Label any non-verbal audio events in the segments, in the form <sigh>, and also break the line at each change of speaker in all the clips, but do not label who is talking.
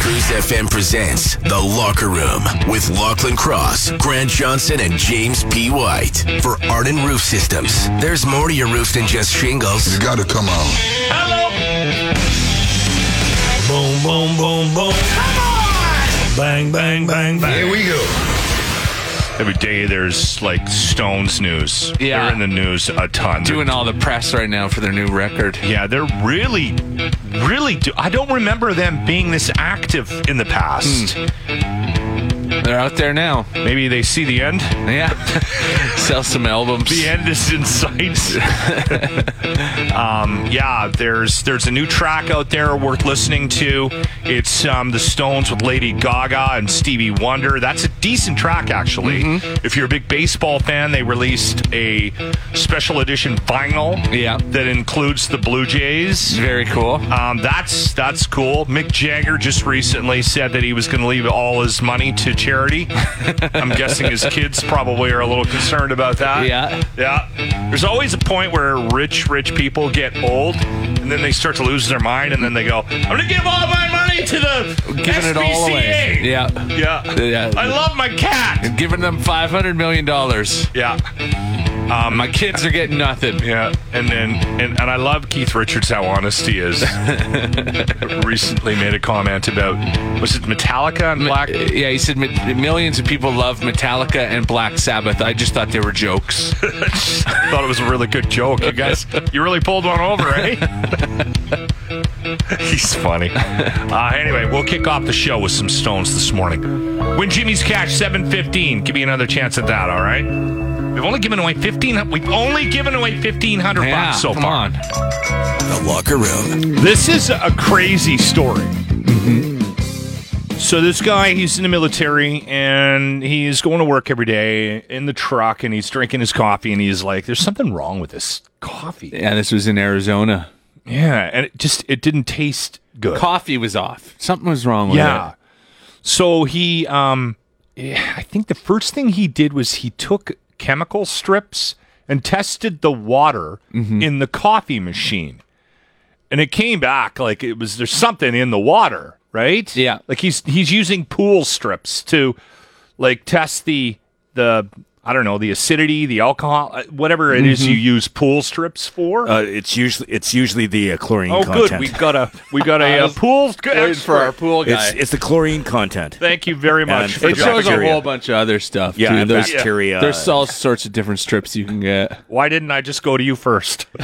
Cruise FM presents The Locker Room with Lachlan Cross, Grant Johnson, and James P. White. For Arden Roof Systems, there's more to your roof than just shingles.
You gotta come on.
Boom, boom, boom, boom. Bang, bang, bang, bang.
we go.
Every day there's like Stones news.
Yeah.
They're in the news a ton.
doing all the press right now for their new record.
yeah, they're really, really. Do- I don't remember them being this active in the past.
Hmm. They're out there now.
Maybe they see the end.
Yeah. <laughs> Sell some albums.
The end is in sight. um, yeah, there's there's a new track out there worth listening to. It's um, the Stones with Lady Gaga and Stevie Wonder. That's a decent track, actually. If you're a big baseball fan, they released a special edition vinyl.
Yeah.
that includes the Blue Jays.
Very cool.
Um, that's that's cool. Mick Jagger just recently said that he was going to leave all his money to
<laughs>
charity. I'm guessing his kids probably are a little concerned about that.
Yeah.
yeah. There's always a point where rich, rich people get old, and then they start to lose their mind, and then they go, "I'm going to give all my money to the
Giving
SPCA."
it all away. Yeah.
yeah,
Yeah.
I love my cat.
Giving them $500 million.
Yeah,
My kids are getting nothing.
yeah. And then, and, and I love Keith Richards how honest he is. <laughs> Recently made a comment about was it Metallica and
<laughs>
Black?
Yeah, he said "Mi- millions of people love Metallica and Black Sabbath. I just thought they
<laughs>
were jokes.
Thought it was a really good joke. You guys, you really pulled one over, eh? <laughs> He's funny. Uh, anyway, we'll kick off the show with some stones this morning. Win Jimmy's Cash 715. Give me another chance at that, all right? We've only given away 15 we've only given away 1500
Yeah,
bucks so
come
far.
on.
The Locker Room.
This is a crazy story. So this guy, he's in the military and he's going to work every day in the truck and he's drinking his coffee and he's like, "There's something wrong with this coffee."
Yeah, this was in Arizona.
Yeah, and it just it didn't taste good.
Coffee was off. Something was wrong with
yeah.
it.
So he um eh, I think the first thing he did was he took chemical strips and tested the water
Mm-hmm.
in the coffee machine. And it came back like it was there's something in the water, right?
Yeah.
Like he's he's using pool strips to like test the the I don't know, the acidity, the alcohol, uh, whatever it is
Mm-hmm.
you use pool strips for.
Uh, it's usually it's usually the uh, chlorine
Oh,
content.
good. We got a we got
<laughs>
a, uh pool
Waiting for our
expert.
pool guy.
it's it's the chlorine content.
Thank you very much.
And
for
it
It
that.
shows a
bacteria.
whole bunch of other stuff.
Yeah,
too.
and
There's-
bacteria.
There's all sorts of different strips you can get.
Why didn't I just go to you first? <laughs>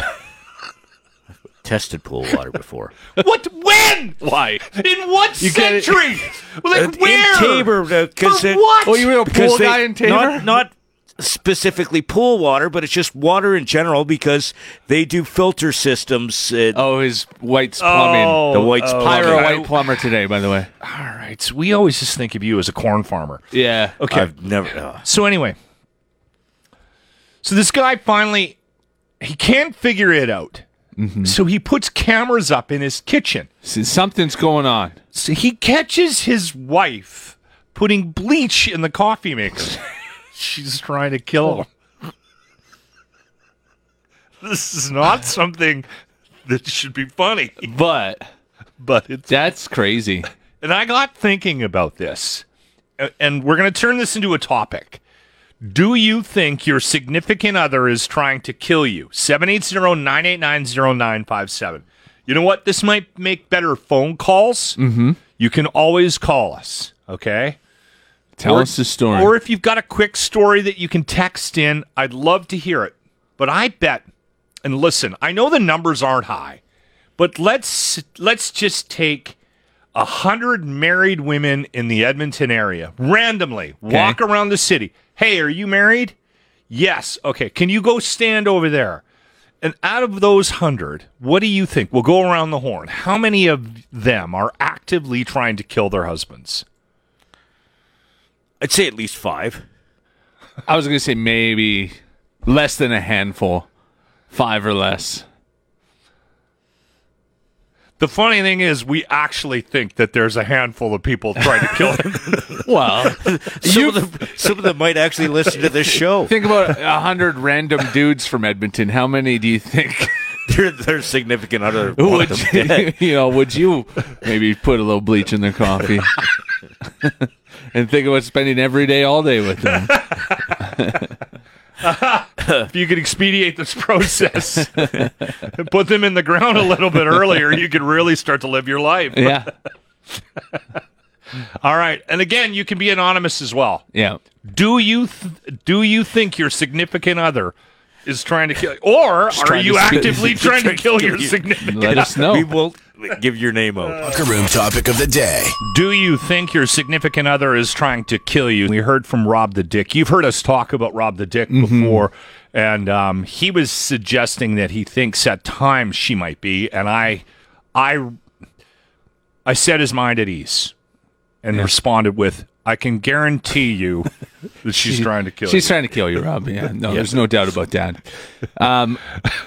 Tested pool water before.
what? When? Why? In what
You get it-
century? <laughs>
Uh,
<laughs> like where?
In Tabor, uh, because
For what? Oh, you
were a pool guy in Tabor?
Not, not specifically pool water, but it's just water in general because they do filter systems. Uh,
Oh, his white's plumbing.
Oh,
the whites
oh,
plumbing.
Hire a
okay.
white plumber today, by the way.
All right. We always just think of you as a corn farmer.
Yeah.
Okay.
I've never. uh,
so anyway, so this guy finally he can't figure it out. So he puts cameras up in his kitchen.
S- Something's going on.
So he catches his wife putting bleach in the coffee mixer. <laughs> She's trying to kill him. This is not something that should be funny,
But
but it's.
that's crazy.
And I got thinking about this, a- and we're going to turn this into a topic. Do you think your significant other is trying to kill you? 780 989 0957. You know what? This might make better phone calls. Mm-hmm. You can always call us, okay?
Tell
Or-
us the story.
Or if you've got a quick story that you can text in, I'd love to hear it. But I bet, and listen, I know the numbers aren't high, but let's let's just take a hundred married women in the Edmonton area randomly walk around the city. Hey, are you married? Yes. Okay. Can you go stand over there? And out of those hundred, what do you think? We'll go around the horn. How many of them are actively trying to kill their husbands?
I'd say at least five.
I was gonna say maybe less than a handful, five or less.
The funny thing is, we actually think that there's a handful of people trying to kill them.
Well,
Some of them, some of them might actually listen to this
<laughs>
show.
<laughs> think about a hundred random dudes from Edmonton. How many do you <laughs> think
They're, they're significant other. one
<laughs>
of
would
them
you,
dead.
you know? Would you maybe put a little bleach in their <laughs> coffee and think about spending every day, all day with them? <laughs>
if you could expedite this process and put them in the ground a little bit earlier, you could really start to live your life.
Yeah,
All right. And again, you can be anonymous as well.
yeah.
Do you th- do you think your significant other is trying to kill or are
trying
you
to-
actively trying to kill your
you.
significant <laughs>
Let us
We
know.
won't give your name out.
Locker room topic of the day.
Do you think your significant other is trying to kill you? We heard from Rob the Dick. You've heard us talk about Rob the Dick before, and um, he was suggesting that he thinks at times she might be, and I, I, I set his mind at ease, and responded with, "I can guarantee you that she's trying to kill
She's
you."
trying to kill you, Rob. Yeah,
<laughs>
no, there's no doubt about that. Um,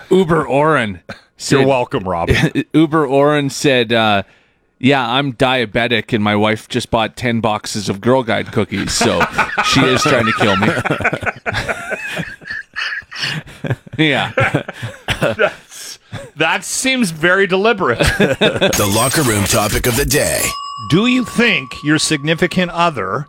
Uber Oren.
You're
said-
welcome, Rob.
<laughs> Uber Oren said, uh, "Yeah, I'm diabetic, and my wife just bought ten boxes of Girl Guide
<laughs>
cookies, so she is trying to kill me."
<laughs>
yeah,
that seems very deliberate.
The locker room topic of the day.
<laughs> Do you think your significant other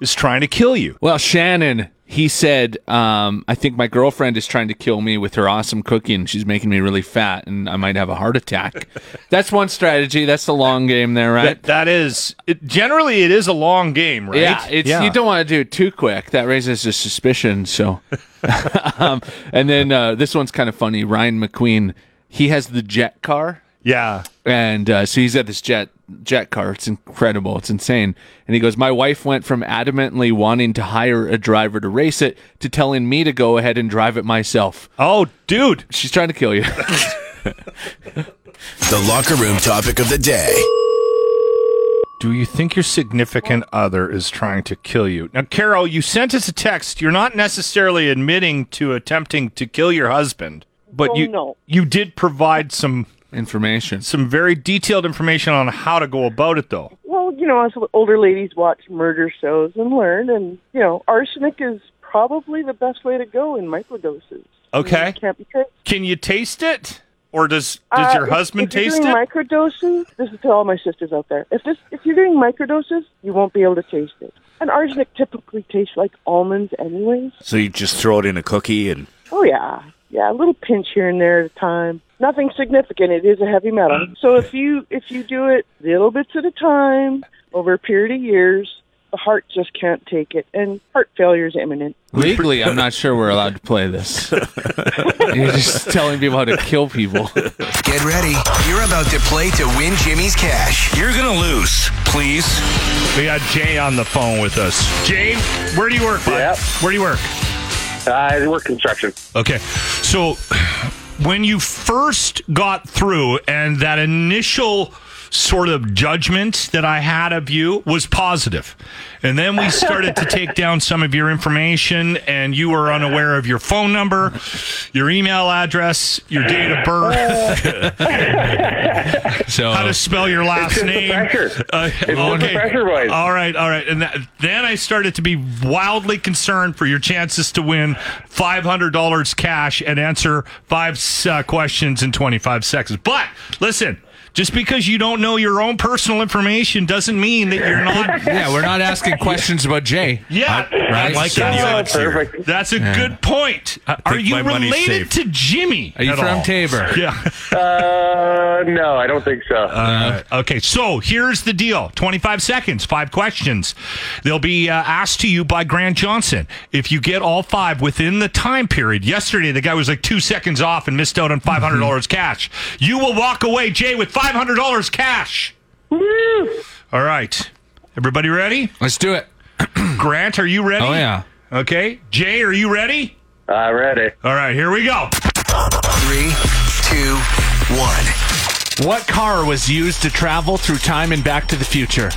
is trying to kill you?
Well, Shannon, he said, um, I think my girlfriend is trying to kill me with her awesome cooking. She's making me really fat, and I might have a heart attack. That's one strategy. That's the long game there, right?
That, that is it, generally it is a long game, right?
Yeah, it's you don't want to do it too quick. That raises a suspicion. So, um, and then uh, this one's kind of funny. Ryan McQueen, he has the jet car,
yeah.
and uh, so he's at this jet jet car. It's incredible. It's insane. And he goes, "My wife went from adamantly wanting to hire a driver to race it to telling me to go ahead and drive it myself.
Oh, dude,
She's trying to kill you."
The locker room topic of the day.
do you think your significant other is trying to kill you? Now, Carol, you sent us a text. You're not necessarily admitting to attempting to kill your husband, but
Oh,
you
no.
you did provide some
Information.
some very detailed information on how to go about it, though.
Well, you know, us older ladies watch murder shows and learn, and you know, arsenic is probably the best way to go in microdoses.
Okay.
It can't be tricked.
Can you taste it, or does does
Uh,
your
if-
husband
if you're
taste it?
doing Microdoses. This is to all my sisters out there. If this, if you're doing microdoses, you won't be able to taste it. And arsenic typically tastes like almonds, anyways.
So you just throw it in a cookie and
Oh yeah, yeah, a little pinch here and there at a time. Nothing significant. It is a heavy metal. So if you if you do it little bits at a time over a period of years, the heart just can't take it, and heart failure is imminent.
Legally, I'm not sure we're allowed to play this. You're just telling people how to kill people.
Get ready. You're about to play to win Jimmy's cash. You're going to lose. Please.
We got Jay on the phone with us. Jay, where do you work? bud?
Yep.
Where do you work?
I work construction.
Okay. So when you first got through and that initial sort of judgment that I had of you was positive. And then we started to take down some of your information and you were unaware of your phone number, your email address, your date of birth,
So
how to spell your last
just the
name.
pressure.
Uh,
just the pressure, boys.
All right, all right. And that, then I started to be wildly concerned for your chances to win $500 cash and answer five uh, questions in 25 seconds. But listen, just because you don't know your own personal information doesn't mean that you're
<laughs>
not.
yeah, we're not asking questions about Jay.
Yeah,
I like
that's-
that.
uh,
Oh, perfect.
That's a good point. Are you
my money's
related to Jimmy?
Are you
at
from
all?
Tabor?
Yeah.
<laughs> Uh, no, I don't think so.
Uh, Okay, so here's the deal 25 seconds, five questions. They'll be uh, asked to you by Grant Johnson. If you get all five within the time period, yesterday the guy was like two seconds off and missed out on $500 dollars
Mm-hmm.
cash. You will walk away, Jay, with $500 cash. All right. Everybody ready?
Let's do it.
Grant, are you ready?
Oh yeah.
Okay. Jay, are you ready?
uh, ready.
All right, here we go.
Three, two, one.
What car was used to travel through time and back to the future?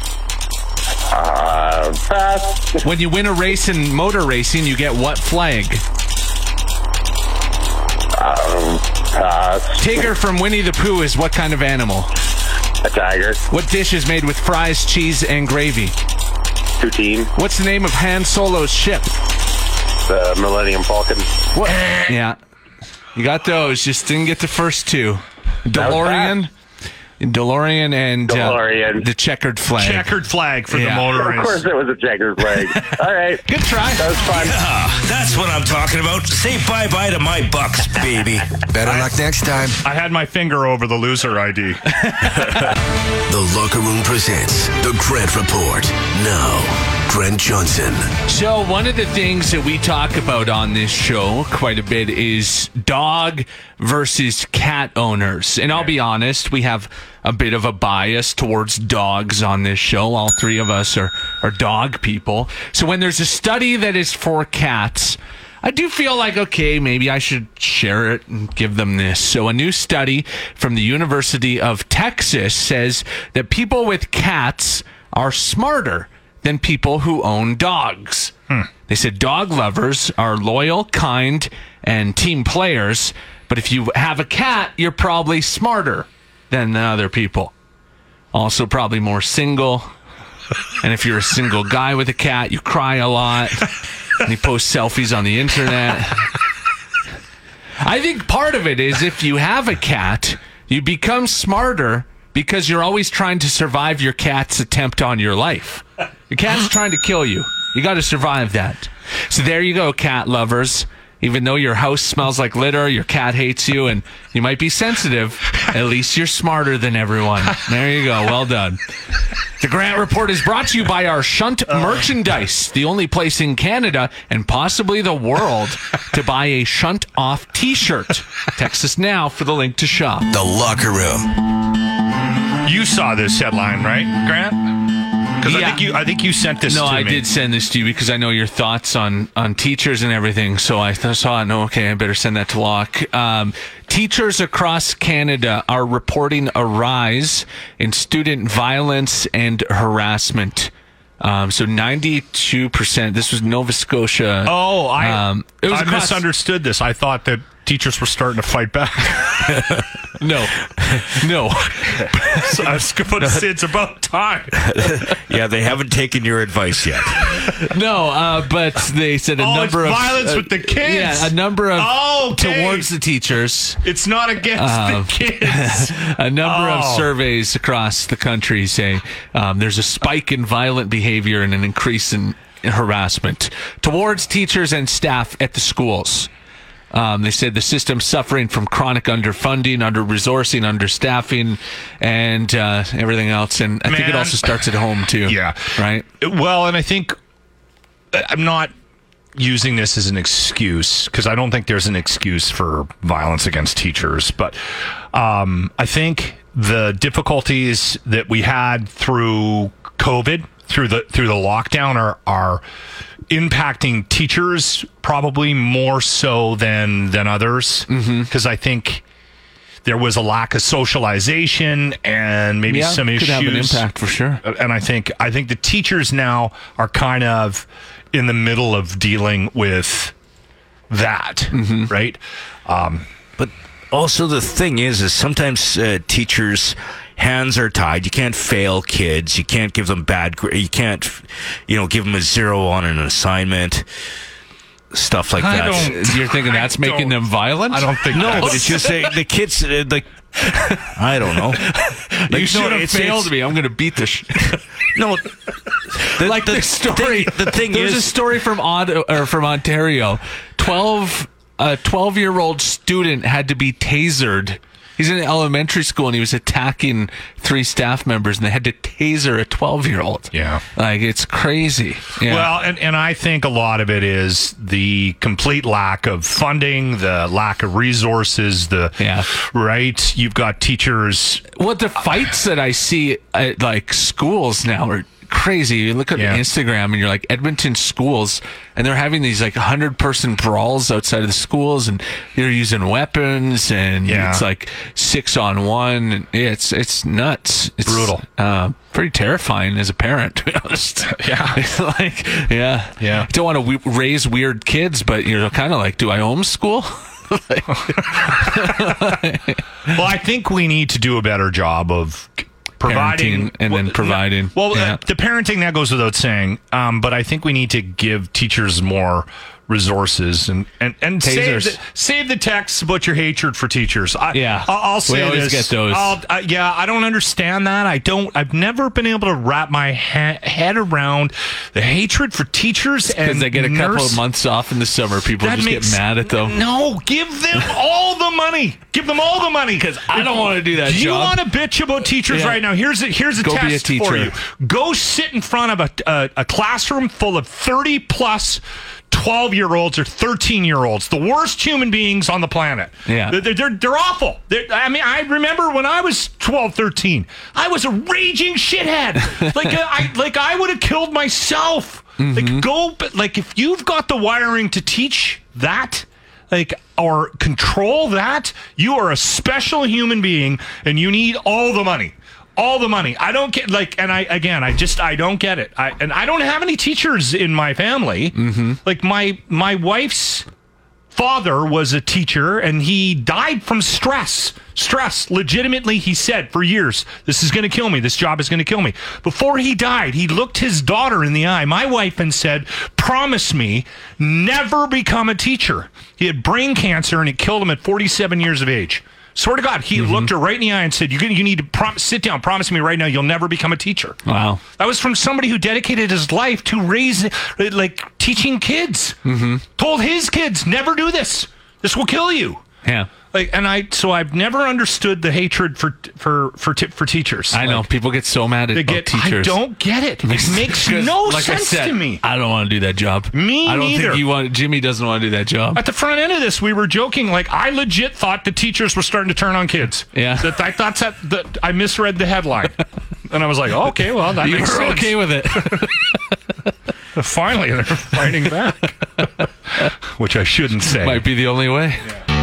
Uh, pass.
When you win a race in motor racing, you get what flag?
Um, pass.
Tigger from Winnie the Pooh is what kind of animal?
A tiger.
What dish is made with fries, cheese, and gravy?
Poutine.
What's the name of Han Solo's ship?
The Millennium Falcon.
What? Yeah. You got those, just didn't get the first two.
was
DeLorean? DeLorean and uh,
DeLorean.
the checkered flag.
Checkered flag for the
Yeah.
motor
Of course
race.
it was a Jagger flag. All right.
Good try.
That was fun.
Ah, that's what I'm talking about. Say bye bye to my bucks, baby.
Better luck next time.
I had my finger over the loser ID.
The Locker Room presents the Grant Report. Now, Grant Johnson.
So, one of the things that we talk about on this show quite a bit is dog versus cat owners. And I'll be honest, we have a bit of a bias towards dogs on this show. All three of us are, are dog people. So, when there's a study that is for cats, I do feel like, okay, maybe I should share it and give them this. So, a new study from the University of Texas says that people with cats are smarter than people who own dogs. They said dog lovers are loyal, kind, and team players, but if you have a cat, you're probably smarter than the other people. Also, probably more single. And if you're a single guy with a cat, you cry a lot and you post selfies on the internet. I think part of it is if you have a cat, you become smarter because you're always trying to survive your cat's attempt on your life. Your cat's trying to kill you. You got to survive that. So there you go, cat lovers. Even though your house smells like litter, your cat hates you, and you might be sensitive, at least you're smarter than everyone. There you go. Well done. The Grant Report is brought to you by our Shunt
Oh.
Merchandise, the only place in Canada and possibly the world to buy a Shunt Off t shirt. Text us now for the link to shop.
The Locker Room.
You saw this headline, right, Grant? Because
Yeah.
I think you, I think you sent this.
No,
to
I
me.
did send this to you because I know your thoughts on, on teachers and everything. So I th- saw it. No, okay, I better send that to Locke. Um, teachers across Canada are reporting a rise in student violence and harassment. Um, so 92%. This was Nova Scotia.
Oh, I
Um, it was
I
across-
misunderstood this. I thought that teachers were starting to fight back. <laughs>
No, <laughs> no.
so I was going
<laughs>
to say it's about time.
Yeah, they haven't taken your advice yet.
No, uh, but they said a
Oh, it's
number of
violence
uh,
with the kids.
Yeah, a number of
Oh, okay.
towards the teachers.
It's not against
Um,
the
<laughs>
kids.
A number of
Oh.
surveys across the country say um, there's a spike in violent behavior and an increase in, in harassment towards teachers and staff at the schools. Um, they said the system's suffering from chronic underfunding, under resourcing, understaffing, and uh, everything else. And I think it
Man.
also starts at home <laughs> too.
Yeah.
right.
Well, and I think uh, I'm not using this as an excuse because I don't think there's an excuse for violence against teachers, but um, I think the difficulties that we had through COVID, through the through the lockdown, are are impacting teachers probably more so than than others because
Mm-hmm.
I think. There was a lack of socialization and maybe
Yeah,
some
could
issues
have an impact for sure.
and I think I think the teachers now are kind of in the middle of dealing with that, right?
But also the thing is, is sometimes uh, teachers' hands are tied. You can't fail kids. You can't give them bad. gra- You can't, you know, give them a zero on an assignment. Stuff like that.
You're thinking that's making them violent?
I don't think
No,
that's-
but it's just the, the kids. Uh, like I don't <laughs> know. Like,
you should
no,
have
it's-
failed
it's-
me. I'm going to beat the sh-
<laughs> No, the,
<laughs> like the, story.
Thing, the thing
there's a
is,
story from Od- or from Ontario. Twelve a twelve year old student had to be tasered. He's in elementary school and he was attacking three staff members and they had to taser a twelve year old.
Yeah.
like it's crazy. Yeah.
Well, and, and I think a lot of it is the complete lack of funding, the lack of resources, the
Yeah.
right. You've got teachers
what the fights that I see at like schools now are crazy. You look at
Yeah.
Instagram and you're like Edmonton schools, and they're having these like hundred person brawls outside of the schools, and you're using weapons, and
Yeah.
it's like six on one. and It's it's nuts. It's
Brutal.
Uh, pretty terrifying as a parent, to be honest. <laughs> Yeah, like yeah,
Yeah.
Don't want to w- raise weird kids, but you're kind of like, do I homeschool?
Well, I think we need to do a better job of providing
Parenting and then
Well,
providing.
Well,
Yeah.
uh, the parenting that goes without saying, um, but I think we need to give teachers more resources and and and save
Tasers.
the, save the texts about your hatred for teachers. I,
Yeah.
I'll, I'll
We
say
always
this.
get those.
I'll, uh, yeah, I don't understand that. I don't. I've never been able to wrap my ha- head around the hatred for teachers
Because
and
they get a couple
nurse-
of months off in the summer, people
That
just
makes-
get mad at them.
No, give them all the money. Give them all the
<laughs>
money because
I don't wanna do that
You
job.
want to bitch about teachers
Yeah.
right now? Here's a here's a
Go be a
test for
teacher.
you. Go sit in front of a a, a classroom full of thirty plus. 12 year olds or 13 year olds, the worst human beings on the planet.
Yeah.
They're, they're, they're awful. They're, I mean, I remember when I was 12, 13, I was a raging
<laughs>
shithead. like, uh, I, like I would have killed myself.
Mm-hmm.
Like, go, but like, if you've got the wiring to teach that, like, or control that, you are a special human being and you need all the money. All the money. I don't get like, and I again, I just I don't get it. I and I don't have any teachers in my family. Mm-hmm. Like my my wife's father was a teacher and he died from stress. Stress, legitimately, he said for years, this is going to kill me. This job is going to kill me. Before he died, he looked his daughter in the eye, my wife, and said, Promise me, never become a teacher. He had brain cancer and it killed him at 47 years of age. Swear to God, he looked her right in the eye and said, You're gonna, You need to prom- sit down, promise me right now, you'll never become a teacher.
Wow.
That was from somebody who dedicated his life to raising, like teaching kids. Mm-hmm. Told his kids, never do this. This will kill you.
Yeah.
Like, and I, so I've never understood the hatred for for for t- for teachers.
I know.
Like,
People get so mad at
they
about
get.
teachers. <laughs>
I don't get it. It makes
'Cause,
no
like I
sense
said,
to me.
I don't want to do that job.
Me
I don't
neither.
think you want Jimmy doesn't want to do that job.
At the front end of this, we were joking. Like, I legit thought the teachers were starting to turn on kids.
Yeah.
That I thought that, that I misread the
<laughs>
headline, and I was like, okay, well, that
You
makes
were
sense.
okay with it. <laughs>
Finally, they're fighting back, <laughs> which I shouldn't say.
Might be the only way.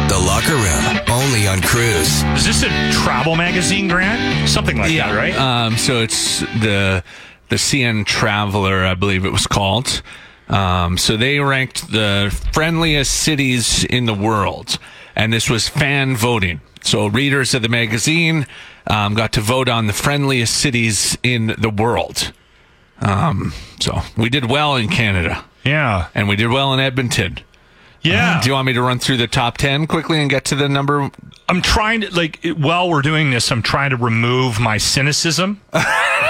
The Locker Room, only on Cruise.
Is this a travel magazine, Grant? Something like that, right?
Um, so it's the the CN Traveler, I believe it was called. Um, so they ranked the friendliest cities in the world, and this was fan voting. So readers of the magazine um, got to vote on the friendliest cities in the world. Um, so we did well in Canada,
yeah. Uh-huh.
and we did well in Edmonton.
Yeah.
Do you want me to run through the top ten quickly and get to the number?
I'm trying to, like, it- while we're doing this, I'm trying to remove my cynicism. <laughs>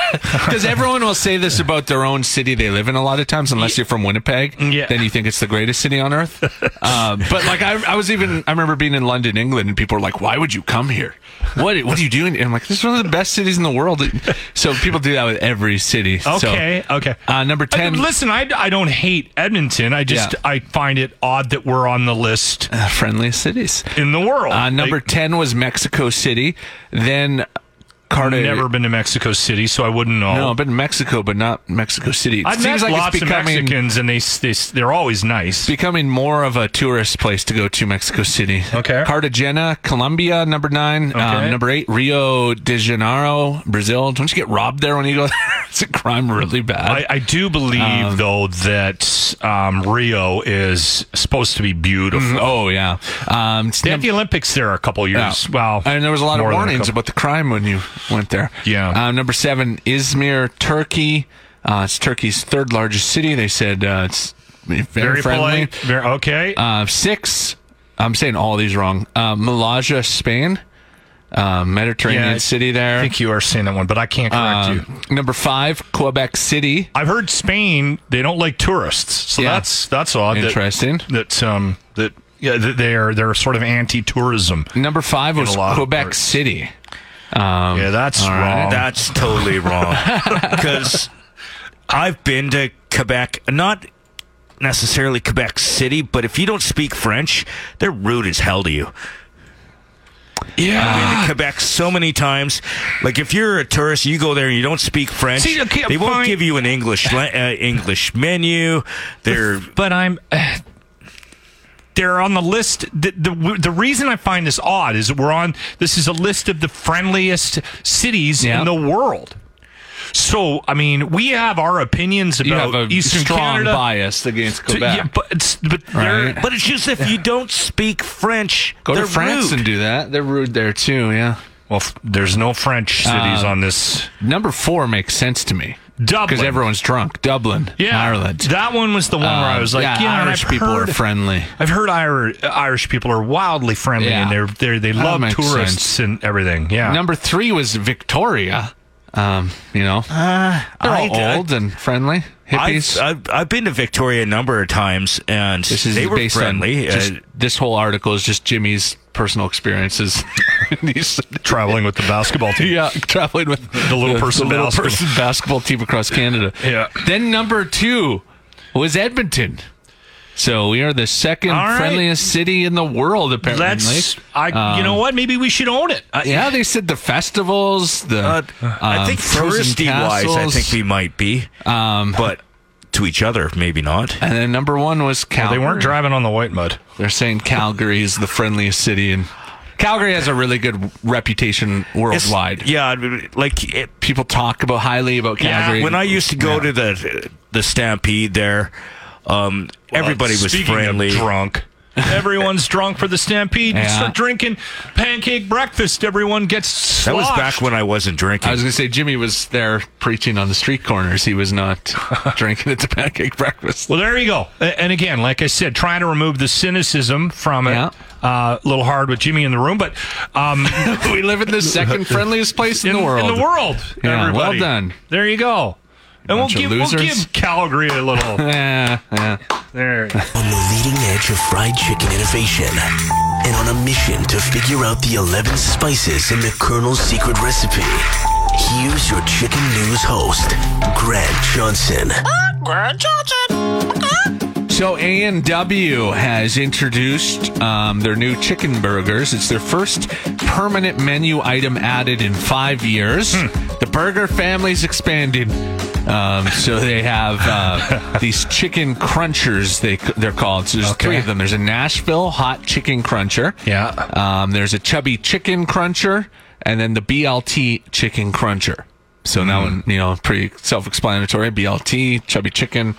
Because everyone will say this about their own city they live in a lot of times, unless you're from Winnipeg.
Yeah.
Then you think it's the greatest city
<laughs>
on earth. um, but like I, I was even I remember being in London, England, and people were like, "Why would you come here? What What are you doing?" And I'm like, "This is one of the best cities in the world." <laughs> So people do that with every city. So,
Okay. okay.
uh, number
I-
ten.
listen, I, I don't hate Edmonton. I just,
Yeah.
I find it odd that we're on the list
uh, friendliest cities.
in the world.
Uh, number
Like,
ten was Mexico City. Then Carter.
never been to Mexico City, so I wouldn't know.
No, I've been to Mexico, but not Mexico City. It
I've met lots of Mexicans, and they, they they're always nice.
becoming more of a tourist place to go to Mexico City.
Okay.
Cartagena, Colombia, number nine.
Okay.
Um, number eight, Rio de Janeiro, Brazil. Don't you get robbed there when you go there? <laughs> it's a crime really bad.
I, Um, I do believe, though, that um, Rio is supposed to be beautiful.
oh, yeah. Um, it's
They had
num-
the Olympics there a couple years.
yeah.
Wow.
and there was a lot of
more than
warnings
couple-
about the crime when you went there.
Yeah.
Um, number seven, Izmir, Turkey. Uh, it's Turkey's third largest city. They said uh, it's very,
very
friendly.
polite. Very okay. Um,
Uh, six. I'm saying all these wrong. Uh, Malaga, Spain, uh, Mediterranean
Yeah, I
city there.
I think you are saying that one, but I can't correct you.
Um, number five, Quebec City.
I've heard Spain they don't like tourists, so
Yeah.
that's that's odd. that-
Interesting.
That, um that yeah that they're they're sort of anti-tourism.
Number five was
a lot of
Quebec
parts.
City.
yeah, that's
all right.
wrong.
That's totally wrong. Because I've been to Quebec, not necessarily Quebec City, but if you don't speak French, they're rude as hell to you. I've been
Yeah.
to Quebec so many times. Like if you're a tourist, you go there and you don't speak French.
See, I can't
they won't
find-
give you an English la- uh, English menu. They're
but I'm. <sighs> They're on the list. The, the the reason I find this odd is we're on. This is a list of the friendliest cities
Yeah.
in the world. So I mean, we have our opinions
You
about
have a
Eastern
strong
Canada.
bias against
So,
Quebec.
yeah, but it's, but they're-
Right.
but it's just if you don't speak French,
Go
they're
to France
rude.
and do that. They're rude there too. Yeah.
well, f- there's no French cities
Uh,
on this.
Number four makes sense to me because
Dublin.
everyone's drunk. Dublin,
Yeah,
Ireland.
That one was the one where I
Um,
was like, yeah, and
Irish
I've
people
heard-
are friendly.
I've heard Ir- Irish people are wildly friendly
Yeah.
and they're, they're they
That
love
makes
tourists
sense.
and everything. Yeah.
Number three was Victoria. Um, you know, they're all
I-
old and friendly hippies.
I've, I've, I've been to Victoria a number of times, and
this is
they were
based
friendly.
on just,
uh,
this whole article is just Jimmy's personal <laughs> experiences. He's-
traveling with the basketball team.
yeah, traveling with
The little person
<laughs> the little
basketball.
person basketball team across Canada.
Yeah.
Then number two was Edmonton. So we are the second
All right.
friendliest city in the world, apparently.
Let's. I.
Um,
you know what? Maybe we should own it.
Uh, yeah, they said the festivals, the
uh, I
um,
think
frozen
touristy wise, I
castles.
think we might be, um, but to each other, maybe not.
And then number one was
Oh,
Calgary.
they weren't driving on the white mud.
They're saying Calgary is the friendliest city, and Calgary has a really good reputation
It's-
worldwide.
Yeah, like it,
People talk about highly about Calgary.
when I used to go to the the Stampede there, um, everybody was
Speaking of
friendly.
drunk. <laughs> Everyone's drunk for the stampede. You
Yeah.
Start drinking pancake breakfast. Everyone gets
That was
sloshed.
back when I wasn't drinking.
I was going to say Jimmy was there preaching on the street corners. He was
<laughs>
not drinking at the pancake breakfast.
Well, there you go. A- And again, like I said, trying to remove the cynicism from it.
Yeah.
Uh, a little hard with Jimmy in the room, but
<laughs>
um,
we live in the second
<laughs>
friendliest place in,
in,
the world.
In the world.
Yeah, well
everybody.
done.
There you go. And we'll
Bunch of
give, we'll
losers.
give Calgary a
<laughs>
little.
Yeah, yeah.
there.
On the leading edge of fried chicken innovation and on a mission to figure out the 11 spices in the Colonel's secret recipe. Here's your Chicken News host, Grant Johnson.
So A and W has introduced um, their new chicken burgers. It's their first permanent menu item added in five years.
Hmm.
The burger family's expanding, um, so they have
<laughs>
uh, these chicken crunchers. They they're called. So there's
Okay.
three of them. There's a Nashville hot chicken cruncher.
Yeah.
Um, there's a chubby chicken cruncher, and then the BLT chicken cruncher. So
Hmm.
that one, you know, pretty self-explanatory. BLT chubby chicken.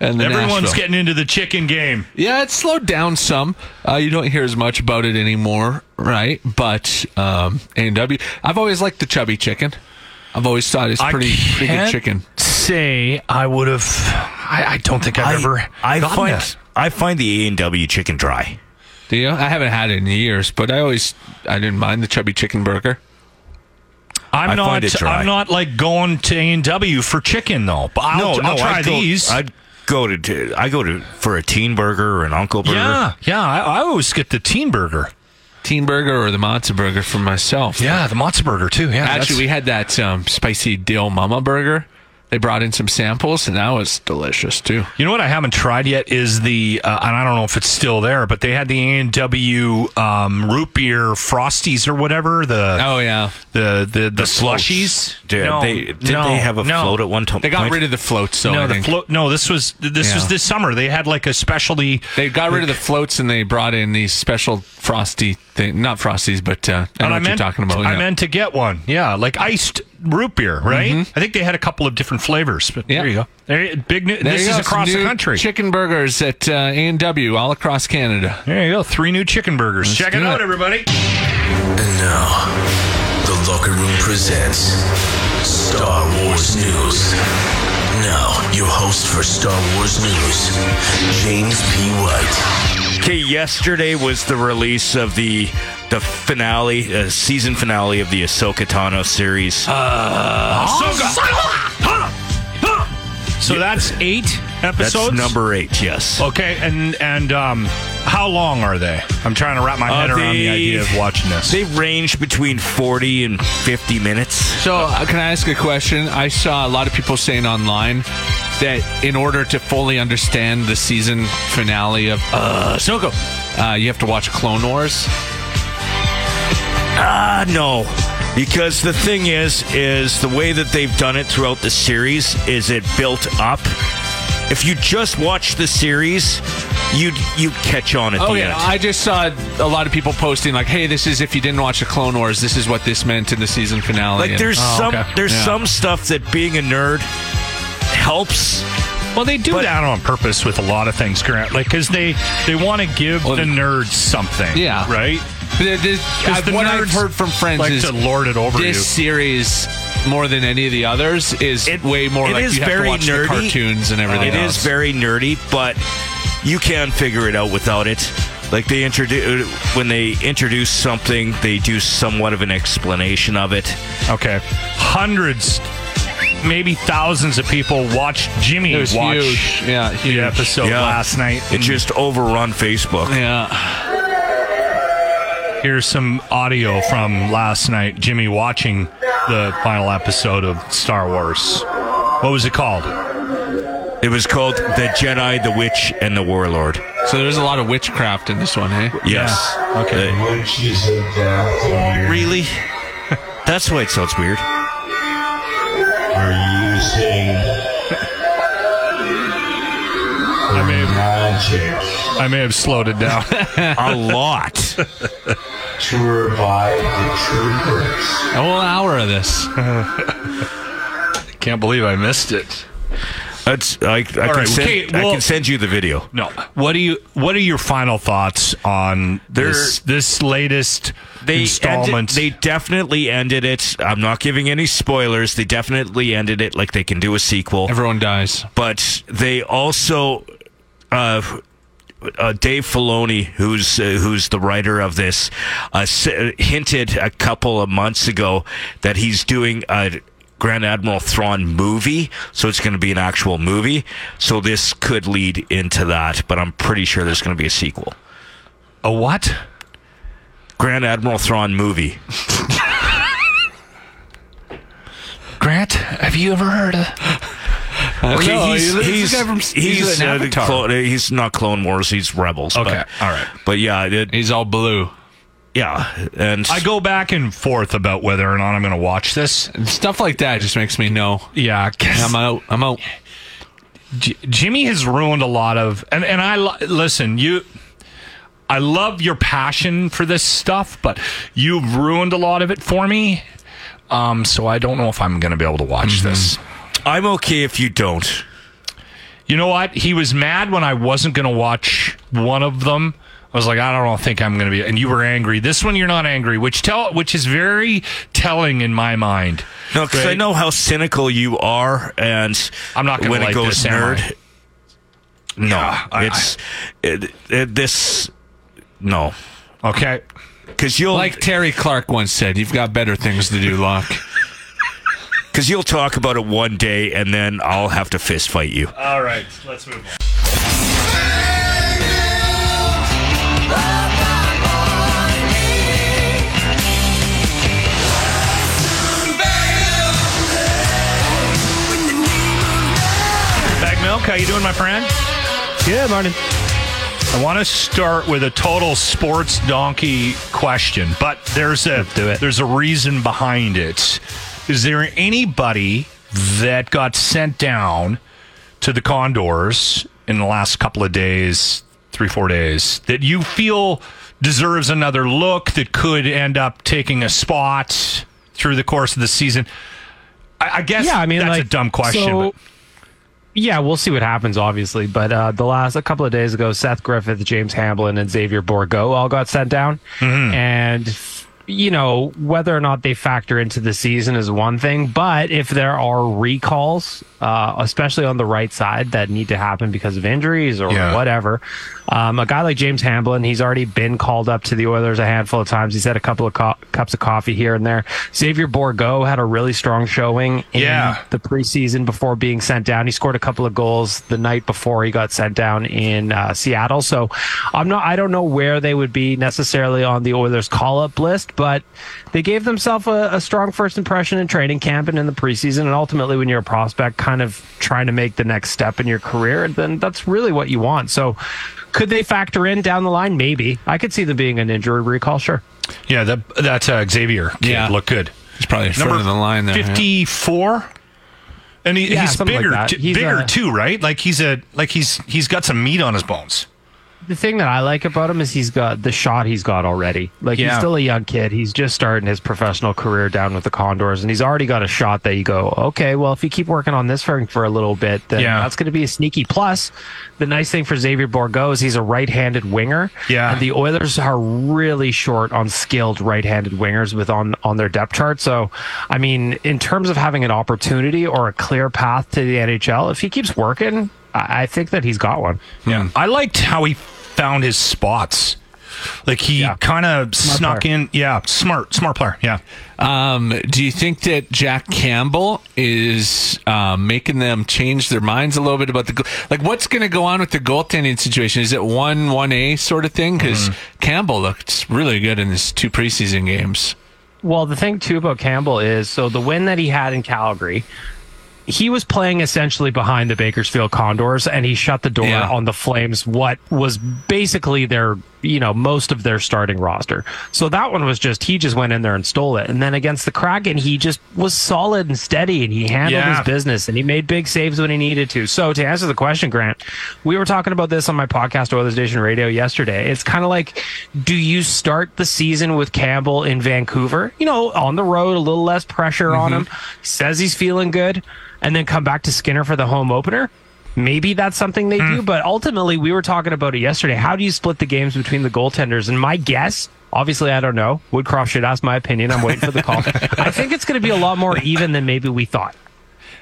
And the
Everyone's
Nashville.
getting into the chicken game.
Yeah, it's slowed down some. Uh, you don't hear as much about it anymore, right? But um, A&W, I've always liked the chubby chicken. I've always thought it's
I
pretty pretty good
can't
chicken.
Say I would have. I, I don't think I've
I,
ever.
I
gotten
find
that.
I find the A and W chicken dry.
Do you? I haven't had it in years, but I always I didn't mind the chubby chicken burger.
I'm
I
not.
find it dry.
I'm not like going to A and W for chicken though. But I'll, I'll try
I'd go-
these.
I'd go to- to I go to for a teen burger or an uncle burger.
yeah, yeah. I, I always get the teen burger.
Teen burger or the matzo burger for myself.
Yeah, the matzo burger too. Yeah,
Actually, we had that um, spicy dill mama burger. They brought in some samples, and that was delicious too.
You know what I haven't tried yet is the, uh, and I don't know if it's still there, but they had the A and W um, root beer frosties or whatever the
Oh yeah,
the the the,
floats.
slushies.
Did
no,
they did
no,
they have a
no.
float at one time?
they got rid of the floats though.
no,
I
the
think.
float. No, this was this was
Yeah.
this summer. They had like a specialty.
They got rid of the floats and they brought in these special frosty thing, not frosties, but uh, I know
and
what
I
you're
meant,
talking about.
I
yeah.
meant to get one. Yeah, like iced root beer, right? I think they had a couple of different flavors. But
Mm-hmm. Yeah.
there you go. There, big. New,
There
this
you
is
go,
across
some
the
new
country.
Chicken burgers at uh, A&W all across Canada.
there you go. Three new chicken burgers. Check it
do
out,
it.
everybody.
And now, the locker room presents Star Wars News. Now, your host for Star Wars News, James P. White.
Okay, yesterday was the release of the the finale, uh, season finale of the Ahsoka Tano series.
So that's eight
That's
episodes.
number eight. Yes.
Okay, and and um, how long are they? I'm trying to wrap my head
Uh,
around the
they-
idea of watching this.
They range between 40 and 50 minutes.
So uh, can I ask a question? I saw a lot of people saying online that in order to fully understand the season finale of uh, Ahsoka, uh, you have to watch Clone Wars.
Ah, no. Because the thing is, is the way that they've done it throughout the series is it built up. If you just watch the series, you'd you catch on at
Oh
the
yeah,
end.
I just saw a lot of people posting like, "Hey, this is if you didn't watch the Clone Wars, this is what this meant in the season finale."
like
And-
there's
Oh,
some
okay.
there's
Yeah.
some stuff that being a nerd helps.
Well, they do
But-
that on purpose with a lot of things, Grant. Like, because they they want to give
Well,
the
they-
nerds something,
Yeah.
right?
The- the-
'Cause
I've-
the
what I've
nerds
heard from friends
like
is
to lord it over
this
you.
series more than any of the others is
It-
way more
it
like
is
you have
very
to watch
nerdy.
the cartoons and everything.
It is
else.
very nerdy, but you can figure it out without it. Like they introduce when they introduce something, they do somewhat of an explanation of it.
Okay, hundreds, maybe thousands of people watched Jimmy
It was
watch
huge. Yeah, huge.
the episode
Yeah.
last night.
It just overrun Facebook.
Yeah.
Here's some audio from last night, Jimmy watching the final episode of Star Wars. What was it called?
It was called The Jedi, the Witch, and the Warlord.
So there's a lot of witchcraft in this one, eh? hey?
Yes.
Okay.
Really? That's why it sounds weird.
<laughs>
I may have, I may have slowed it <laughs> down.
A lot.
A whole hour of this.
Can't believe I missed it.
That's I, I, can,
right,
send,
okay,
I
well-
can send you the video.
No. What do you? What are your final thoughts on
They're-
this this latest
They
installment?
Ended, they definitely ended it. I'm not giving any spoilers. They definitely ended it like they can do a sequel.
Everyone dies.
But they also, uh, uh, Dave Filoni, who's uh, who's the writer of this, uh, s- uh, hinted a couple of months ago that he's doing a Grand Admiral Thrawn movie, so it's going to be an actual movie. So this could lead into that, but I'm pretty sure there's going to be a sequel.
a what?
Grand Admiral Thrawn movie.
Grant, have you ever heard of?
Okay,
No,
he's
this
he's,
is a guy from-
he's,
he's an
uh,
Avatar.
Clone- uh, he's not Clone Wars. He's Rebels.
Okay,
but,
all right.
But yeah, it,
He's all blue.
yeah, and
I go back and forth about whether or not I'm going to watch this.
Stuff like that just makes me know.
Yeah, 'cause
I'm out. I'm out.
J- Jimmy has ruined a lot of, and and I lo- listen. You, I love your passion for this stuff, but you've ruined a lot of it for me. Um, so I don't know if I'm going to be able to watch this.
I'm okay if you don't.
You know what? He was mad when I wasn't going to watch one of them. I was like, I don't think I'm going to be. And you were angry. This one, you're not angry, which tell, which is very telling in my mind.
No, because I
Right.
know how cynical you are, and
I'm not gonna
when
like
it goes
this, am I?
nerd. No,
I-
it's it, it, this. No,
Okay.
because you'll
Like Terry Clark once said, you've got better things to do, Locke.
because you'll talk about it one day, and then I'll have to fist fight you.
All right. Let's move on. Bag milk, how you doing, my friend?
Yeah, Martin.
I want to start with a total sports donkey question, but there's a
do it.
there's a reason behind it. Is there anybody that got sent down to the Condors in the last couple of days, three four days, that you feel deserves another look that could end up taking a spot through the course of the season? I, I guess
Yeah, I mean,
that's
like,
a dumb question.
so-
but
Yeah, we'll see what happens, obviously. But uh, the last a couple of days ago, Seth Griffith, James Hamblin, and Xavier Borgo all got sent down. And you know whether or not they factor into the season is one thing, but if there are recalls, uh, especially on the right side, that need to happen because of injuries or
Yeah.
whatever, um, a guy like James Hamblin, he's already been called up to the Oilers a handful of times. He's had a couple of co- cups of coffee here and there. Xavier Borgo had a really strong showing in
Yeah.
the preseason before being sent down. He scored a couple of goals the night before he got sent down in uh, Seattle. So I'm not. I don't know where they would be necessarily on the Oilers call-up list, but they gave themselves a, a strong first impression in training camp and in the preseason. And ultimately, when you're a prospect, kind of trying to make the next step in your career, then that's really what you want. So
Could they factor in down the line? Maybe. I could see them being an injury recall. Sure.
Yeah, that that uh, Xavier kid
Yeah.
looked good.
He's probably in front of the line there. yeah.
Fifty four. And he,
Yeah,
he's
something like
bigger,
that.
t-
He's,
bigger
uh,
too, right? Like he's a like he's he's got some meat on his bones.
The thing that I like about him is he's got the shot he's got already. Like
Yeah.
he's still a young kid. He's just starting his professional career down with the Condors, and he's already got a shot that you go, okay, well, if you keep working on this for, for a little bit, then
Yeah.
that's going to be a sneaky plus. The nice thing for Xavier Borgo is he's a right-handed winger.
Yeah.
and the Oilers are really short on skilled right-handed wingers with on on their depth chart. So, I mean, in terms of having an opportunity or a clear path to the NHL, if he keeps working, I, I think that he's got one.
Yeah,
Hmm.
I liked how he found his spots. Like he
Yeah.
kind of snuck
player.
in. Yeah, smart, smart player. Yeah,
Um, do you think that Jack Campbell is uh, making them change their minds a little bit about the go- like what's going to go on with the goaltending situation? Is it one one A sort of thing? Because
Mm-hmm.
Campbell looked really good in his two preseason games.
Well, the thing too about Campbell is so the win that he had in Calgary, he was playing essentially behind the Bakersfield Condors and he shut the door
Yeah.
on the Flames, what was basically their, you know, most of their starting roster. So that one was just, he just went in there and stole it. And then against the Kraken, he just was solid and steady and he handled
Yeah.
his business and he made big saves when he needed to. So to answer the question, Grant, we were talking about this on my podcast, Oilers Nation Radio, yesterday. It's kind of like, do you start the season with Campbell in Vancouver? You know, on the road, a little less pressure on him. Says he's feeling good, and then come back to Skinner for the home opener. Maybe that's something they do, but ultimately, we were talking about it yesterday. How do you split the games between the goaltenders? And my guess. Obviously, I don't know. Woodcroft should ask my opinion. I'm waiting for the <laughs> call. I think it's going to be a lot more even than maybe we thought.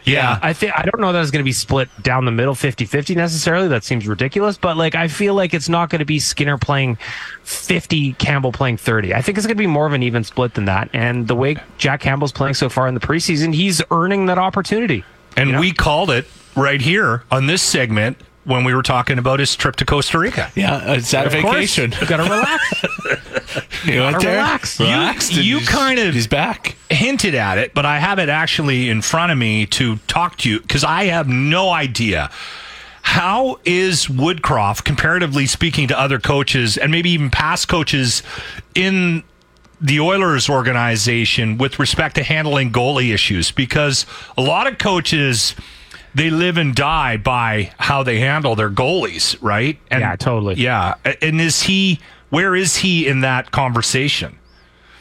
yeah.
I think I don't know that it's going to be split down the middle 50-50 necessarily. That seems ridiculous, but like I feel like it's not going to be Skinner playing 50, Campbell playing 30. I think it's going to be more of an even split than that. And the way Jack Campbell's playing so far in the preseason, he's earning that opportunity.
and we called it right here on this segment when we were talking about his trip to Costa Rica.
Yeah, it's that vacation.
You got to relax.
<laughs> You went
gotta
there,
relax. You-
relaxed, and
you
he's-
kind of-
he's back.
Hinted at it, but I have it actually in front of me to talk to you because I have no idea. How is Woodcroft, comparatively speaking to other coaches and maybe even past coaches in the Oilers organization with respect to handling goalie issues? Because a lot of coaches, they live and die by how they handle their goalies, right? And,
Yeah, totally.
Yeah. A- And is he, where is he in that conversation?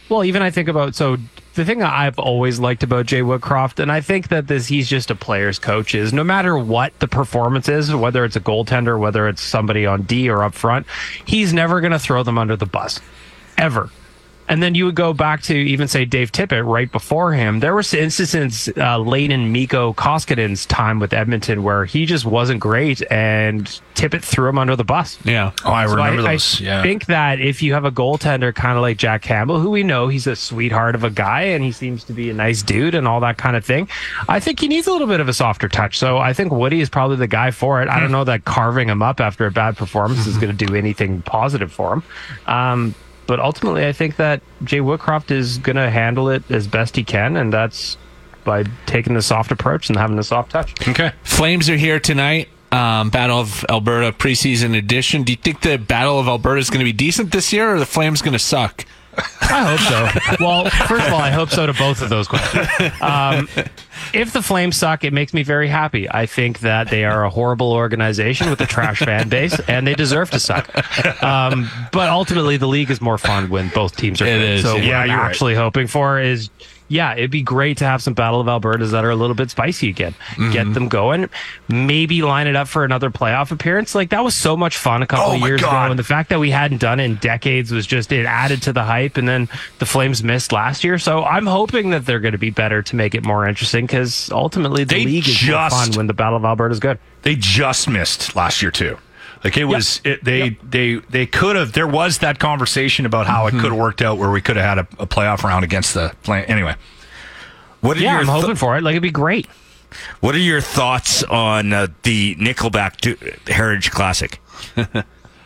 Well, even I think about so the thing that I've always liked about Jay Woodcroft, and I think that this he's just a player's coach is no matter what the performance is, whether it's a goaltender, whether it's somebody on D or up front, he's never going to throw them under the bus, ever. And then you would go back to even say Dave Tippett right before him. There were instances uh, late in Miko Koskinen's time with Edmonton where he just wasn't great, and Tippett threw him under the bus.
Yeah,
Oh, I
So
remember
I,
those.
I
yeah.
think that if you have a goaltender kind of like Jack Campbell, who we know he's a sweetheart of a guy and he seems to be a nice dude and all that kind of thing, I think he needs a little bit of a softer touch. So I think Woody is probably the guy for it. I
Hmm.
don't know that carving him up after a bad performance is going to do anything positive for him. Um, but ultimately, I think that Jay Woodcroft is going to handle it as best he can, and that's by taking the soft approach and having the soft touch.
okay.
Flames are here tonight. Um, Battle of Alberta preseason edition. Do you think the Battle of Alberta is going to be decent this year, or the Flames going to suck?
I hope so. well, first of all, I hope so to both of those questions. Um, if the Flames suck, it makes me very happy. I think that they are a horrible organization with a trash fan base, and they deserve to suck. Um, but ultimately, the league is more fun when both teams are.
It
good.
is,
So
yeah.
what
Yeah,
I'm
you're right.
actually hoping for is. Yeah, it'd be great to have some Battle of Albertas that are a little bit spicy again.
Mm-hmm.
Get them going. Maybe line it up for another playoff appearance. Like that was so much fun a couple
Oh
of
my
years
God.
ago, and the fact that we hadn't done it in decades was just it added to the hype and then the flames missed last year so i'm hoping that they're going to be better to make it more interesting because ultimately the
They
league is more
just-
fun when the battle of alberta is good
they just missed last year too. Like it was, it, they they they could have. There was that conversation about how it could have worked out, where we could have had a, a playoff round against the plan. Anyway,
What are
yeah
your
i'm
tho-
hoping for it like it'd be great
What are your thoughts on uh, the Nickelback du- Heritage Classic?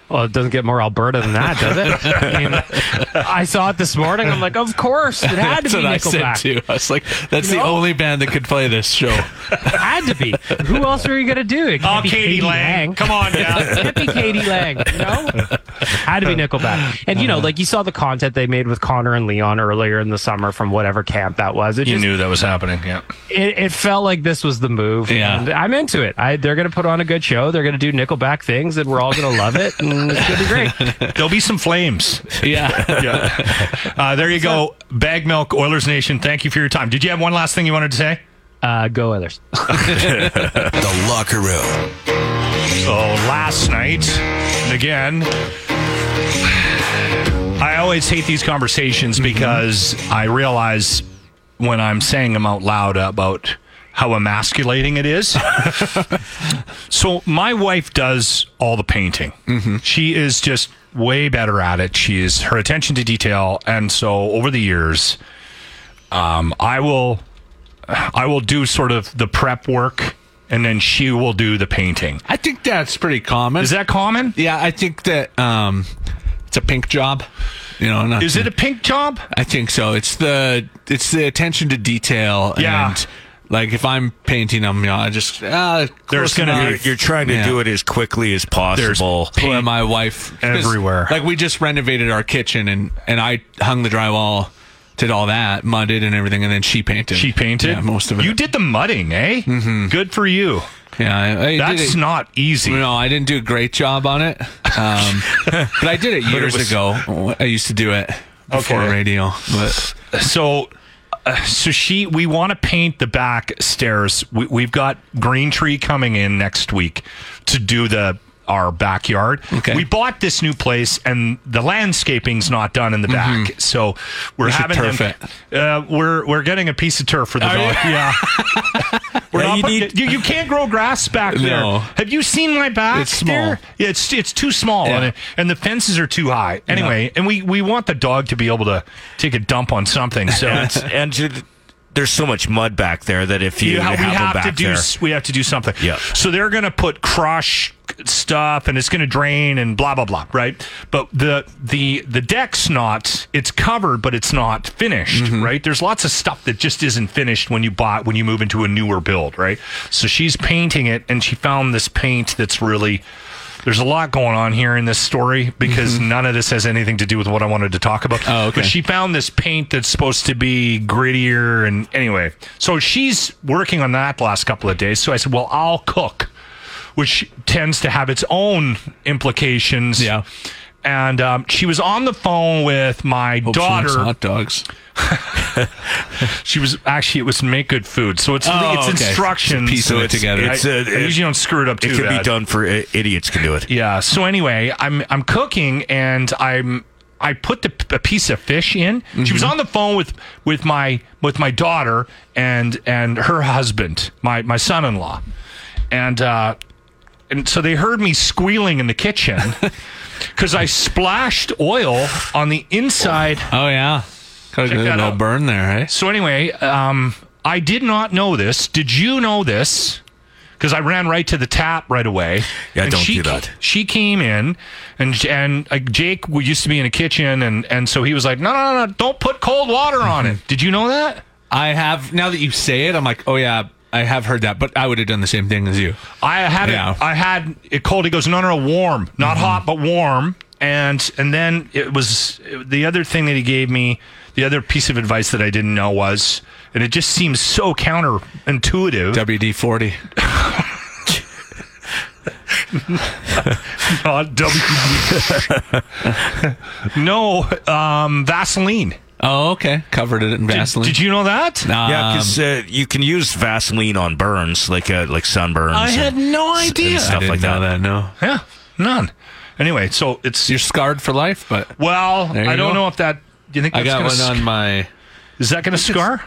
Well, it doesn't get more Alberta than that, does it? I, mean, I saw it this morning. I'm like, of course, it had to
That's
be
what I said
Nickelback.
too. I was like, that's the
know?
only band that could play this show.
<laughs> It had to be. Who else were you gonna do? It
Oh,
can't be
Katie, Lang. Come on down.
It can't be Katie Lang, you know? Had to be Nickelback. And, you know, like you saw the content they made with Connor and Leon earlier in the summer from whatever camp that was.
<laughs>
It,
you
just,
knew that was happening. Yeah.
it, it felt like this was the move.
Yeah.
And I'm into it. I, they're going to put on a good show. They're going to do Nickelback things, and we're all going to love it. And it's going to be
<laughs>
great.
There'll be some flames.
yeah.
Yeah. <laughs> Uh, there you go. Bag Milk, Oilers Nation, thank you for your time. Did you have one last thing you wanted to say?
Uh, go others.
The Locker Room.
So last night, and again, I always hate these conversations because I realize when I'm saying them out loud about how emasculating it is. so my wife does all the painting. She is just way better at it. She is her attention to detail, and so over the years, um, I will, I will do sort of the prep work, and then she will do the painting.
I think that's pretty common.
Is that common?
yeah, I think that um, it's a pink job. You know, not
Is it a pink job?
I think so. It's the it's the attention to detail.
Yeah.
And, like if I'm painting them, you know, I just uh,
There's gonna be-
You're, you're trying to
Yeah.
do it as quickly as possible.
Pulling my wife 'cause,
everywhere.
Like we just renovated our kitchen and and I hung the drywall, did all that, mudded and everything, and then she painted.
She painted
yeah, most of it.
You did the mudding, eh? Mm-hmm. Good for you.
Yeah, I, I
That's
did it.
not easy.
No, I didn't do a great job on it,
<laughs>
um, but I did it years
was-
ago. I used to do it before
Okay.
radio, but
So, uh, so she, we want to paint the back stairs. We, we've got Green Tree coming in next week to do the our backyard.
Okay.
We bought this new place, and the landscaping's not done in the back. So we're
We should
having
Mm-hmm. turf
them- Uh, we're we're getting a piece of turf for the dog. <laughs>
<laughs>
Yeah. We're
Yeah,
not
you
putting- you,
need-
you can't grow grass back there.
No.
Have you seen my back?
It's small.
there? Yeah, it's it's too small,
Yeah.
and, it- and the fences are too high. Anyway, and we we want the dog to be able to take a dump on something.
<laughs>
So
and, and to- there's so much mud back there that if you
you ha-
have,
we
them
have
back
to do
there,
s- we have to do something.
Yeah.
So they're going to put crush stuff, and it's going to drain and blah blah blah, right? But the the the deck's not it's covered, but it's not finished,
Mm-hmm.
right? There's lots of stuff that just isn't finished when you bought when you move into a newer build, right? So she's painting it, and she found this paint that's really. There's a lot going on here in this story because none of this has anything to do with what I wanted to talk about.
Mm-hmm. Oh, okay.
But she she found this paint that's supposed to be grittier and anyway so she's working on that the last couple of days so i said well i'll cook which tends to have its own implications
Yeah.
and um, she was on the phone with my
hope she likes
daughter
hot dogs.
she was actually it was make good food so it's
Oh,
it's
okay. It's a
instructions
piece of it together.
I,
It's a-
I usually don't screw it up too
it could
bad.
be done for i- idiots. Can do it.
Yeah. So anyway, I'm I'm cooking and I'm I put the, p- a piece of fish in. She was on the phone with with my with my daughter and and her husband, my my son-in-law, and uh, and so they heard me squealing in the kitchen <laughs> because I splashed oil on the inside.
Oh yeah, got a
that
little
out.
burn there, eh?
So anyway, um, I did not know this. Did you know this? Because I ran right to the tap right away.
Yeah,
And
don't
she
do
ca-
that.
She came in, and and like Jake w- used to be in a kitchen, and and so he was like, no, no, no, no, don't put cold water on
Mm-hmm.
it. Did you know that?
I have now that you say it, I'm like, oh yeah, I have heard that, but I would have done the same thing as you.
I had
Yeah.
it. I had it cold. He goes, no, no, no, warm, not
Mm-hmm.
hot, but warm. And and then it was the other thing that he gave me. The other piece of advice that I didn't know was, and it just seems so counterintuitive.
WD forty.
not
<laughs>
WD. no, um, Vaseline.
Oh okay, covered it in Vaseline.
Did you know that?
Yeah, because uh, you can use Vaseline on burns, like uh, like sunburns.
I had
and-
no
s- and
idea.
stuff
I didn't
like
know that. No,
Yeah, none. Anyway, so it's
you're scarred for life. But
well.
There you
I don't
go.
know if that. Do you think
I
that's
got
gonna
one
sc-
on my.
Is that going to scar?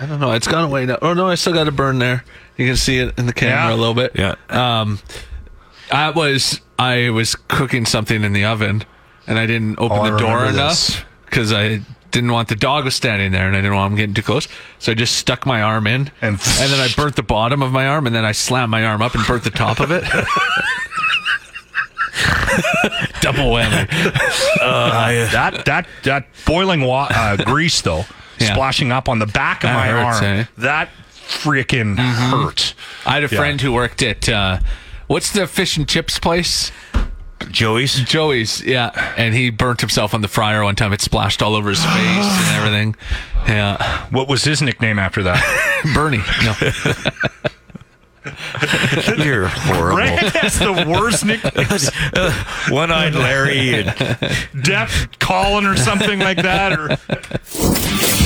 I don't know. It's gone away now. Oh no, I still got a burn there. You can see it in the camera
Yeah.
a little bit.
Yeah.
Um, I was I was cooking something in the oven, and I didn't open
Oh, I
the door
remember
enough
this.
because I didn't want the dog was standing there, and I didn't want him getting too close. So I just stuck my arm in,
And-
then I burnt the bottom of my
<laughs>
arm, and then I slammed my arm up and burnt the top of it. Double whammy.
Uh,
uh,
that that that boiling wa- uh, grease though
<laughs> Yeah.
splashing up on the back of
That
my
hurts,
arm
eh? Mm-hmm.
that freaking hurt.
I had a
Yeah.
friend who worked at uh, what's the fish and chips place?
Joey's.
Joey's, yeah. And he burnt himself on the fryer one time. It splashed all over his face and everything. Yeah.
What was his nickname after
<laughs>
that?
Bernie. No.
You're horrible.
Right? That's the worst nickname. <laughs>
One-eyed Larry. And
Deaf Colin or something like that. Or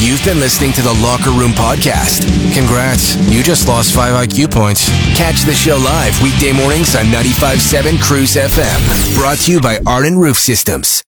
You've been listening to the Locker Room Podcast. Congrats, you just lost 5 IQ points. Catch the show live weekday mornings on 95.7 Cruise FM. Brought to you by Arden Roof Systems.